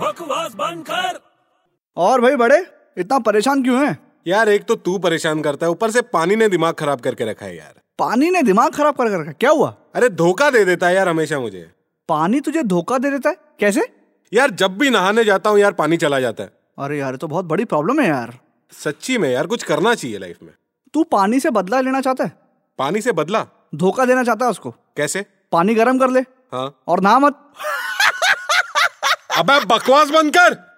बकवास बंद कर और भाई बड़े इतना परेशान क्यों हैं यार एक तो तू परेशान करता है ऊपर से पानी ने दिमाग खराब करके रखा है यार पानी ने दिमाग खराब कर कर रखा क्या हुआ अरे धोखा दे देता है यार हमेशा मुझे पानी तुझे धोखा दे देता है कैसे यार जब भी नहाने जाता हूँ यार पानी चला जाता है अरे यार ये तो बहुत बड़ी प्रॉब्लम है यार सच्ची में यार कुछ करना चाहिए लाइफ में तू पानी से बदला लेना चाहता है पानी से बदला धोखा देना चाहता है उसको कैसे पानी गर्म कर ले हाँ और नहा मत अबे बकवास बंद कर